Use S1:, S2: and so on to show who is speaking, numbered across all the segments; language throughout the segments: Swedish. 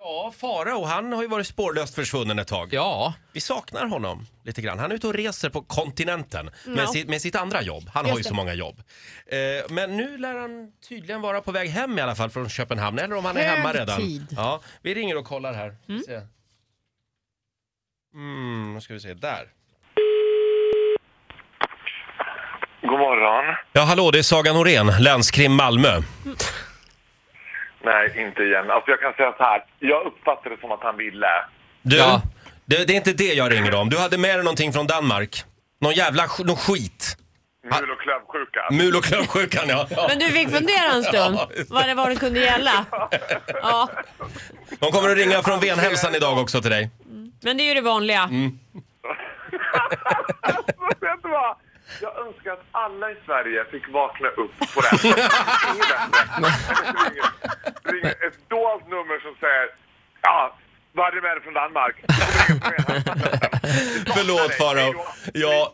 S1: Ja, Farao, han har ju varit spårlöst försvunnen ett tag.
S2: Ja,
S1: Vi saknar honom lite grann. Han är ute och reser på kontinenten
S3: Ja.
S1: med, sitt, med sitt andra jobb. Han
S3: Just
S1: har ju
S3: det.
S1: så många jobb. Eh, men nu lär han tydligen vara på väg hem i alla fall från Köpenhamn, eller om han är
S3: Hög
S1: hemma redan.
S3: tid.
S1: Ja, vi ringer och kollar här. Se. Mm, nu ska vi se, där.
S4: God morgon.
S1: Ja, hallå, det är Saga Norén, länskrim Malmö.
S4: Nej, inte igen. Alltså jag kan säga så här. Jag uppfattade det som att han ville.
S1: Du,
S2: Ja.
S1: det, det är inte det jag ringer om. Du hade med dig någonting från Danmark. Någon jävla sk- någon skit.
S4: Mul och klövsjuka.
S1: Mul och klövsjukan, ja. ja.
S3: Men du fick fundera en stund vad det var det kunde gälla. Ja,
S1: De kommer att ringa från Venhälsan idag också till dig.
S3: men det är ju det vanliga.
S4: Alltså, vet du vad? Jag önskar att alla i Sverige fick vakna upp på det. här. Inget bättre. Ring- Ring ett dolt nummer som säger ja, vad hade du med dig från Danmark?
S1: Förlåt Farao.
S4: Ja.
S1: Ja,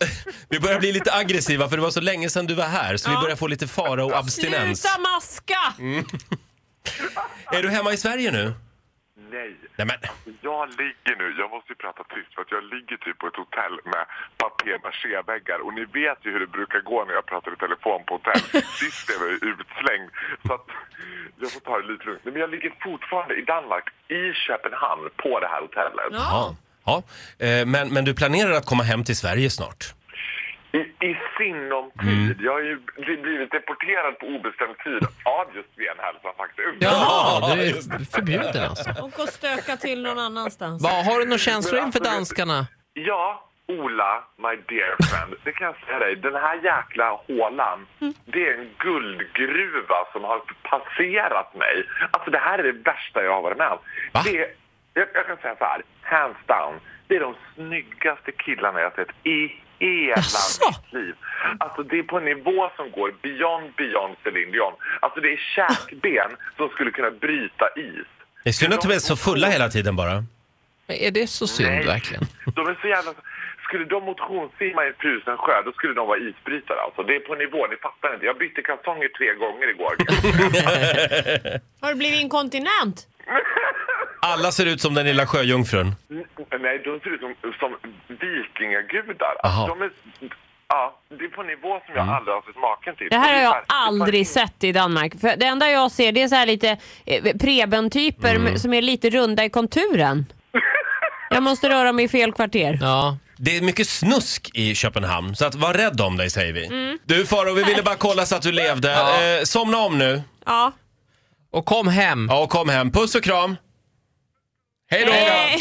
S1: vi börjar bli lite aggressiva för det var så länge sedan du var här så vi
S3: Ja.
S1: börjar få lite Farao-abstinens.
S3: Sluta maska!
S1: Är du hemma i Sverige nu?
S4: Nej,
S1: Nej men,
S4: jag ligger nu, jag måste ju prata tyst för att jag ligger typ på ett hotell med papier-maché-väggar och ni vet ju hur det brukar gå när jag pratar i telefon på hotell. Sist blev jag ju utslängd så att jag får ta det lite lugnt. Nej, Men jag ligger fortfarande i Danmark, i Köpenhamn, på det här hotellet.
S1: ja. ja. Eh, Men, men du planerar att komma hem till Sverige snart?
S4: I, i sinom tid. Jag har ju bli- blivit deporterad på obestämd tid av just Venhälsan faktiskt.
S2: ja du är förbjuden alltså.
S3: Och gå och stöka till någon annanstans.
S2: Va, har du några känslor inför danskarna?
S4: Ja, Ola, my dear friend. Det kan jag säga dig. Den här jäkla hålan, det är en guldgruva som har passerat mig. Alltså det här är det värsta jag har varit med om.
S1: Va?
S4: Det är, jag, jag kan säga så här, hands down. Det är de snyggaste killarna jag har sett i hela
S2: Jaså?
S4: mitt liv. Alltså det är på en nivå som går beyond, beyond Celine Dion. Alltså det är käkben som skulle kunna bryta is.
S1: Det är synd att de är så fulla hela tiden bara.
S2: Men är det så synd
S4: Nej.
S2: verkligen?
S4: De är så jävla... Skulle de motionssimma i frusen sjö, då skulle de vara isbrytare alltså. Det är på nivå, ni fattar inte. Jag bytte kalsonger tre gånger igår.
S3: Har du blivit inkontinent?
S1: Alla ser ut som den lilla sjöjungfrun.
S4: N- Nej, de ser ut som, som vikingagudar.
S1: Aha.
S4: De är... Ja, det är på nivå som
S2: Mm.
S4: jag aldrig har sett maken till.
S3: Det här har
S4: är
S3: jag
S4: är
S3: aldrig sett i Danmark. För det enda jag ser det är så här lite eh, Preben-typer med- som är lite runda i konturen. Jag måste röra mig i fel kvarter.
S2: Ja.
S1: Det är mycket snusk i Köpenhamn, så att var rädd om dig säger vi. Du Farao, vi ville bara kolla så att du levde.
S2: Ja.
S1: Eh, somna om nu.
S3: Ja.
S2: Och kom hem.
S1: Ja, och kom hem. Puss och kram. Hej då!
S3: Eh,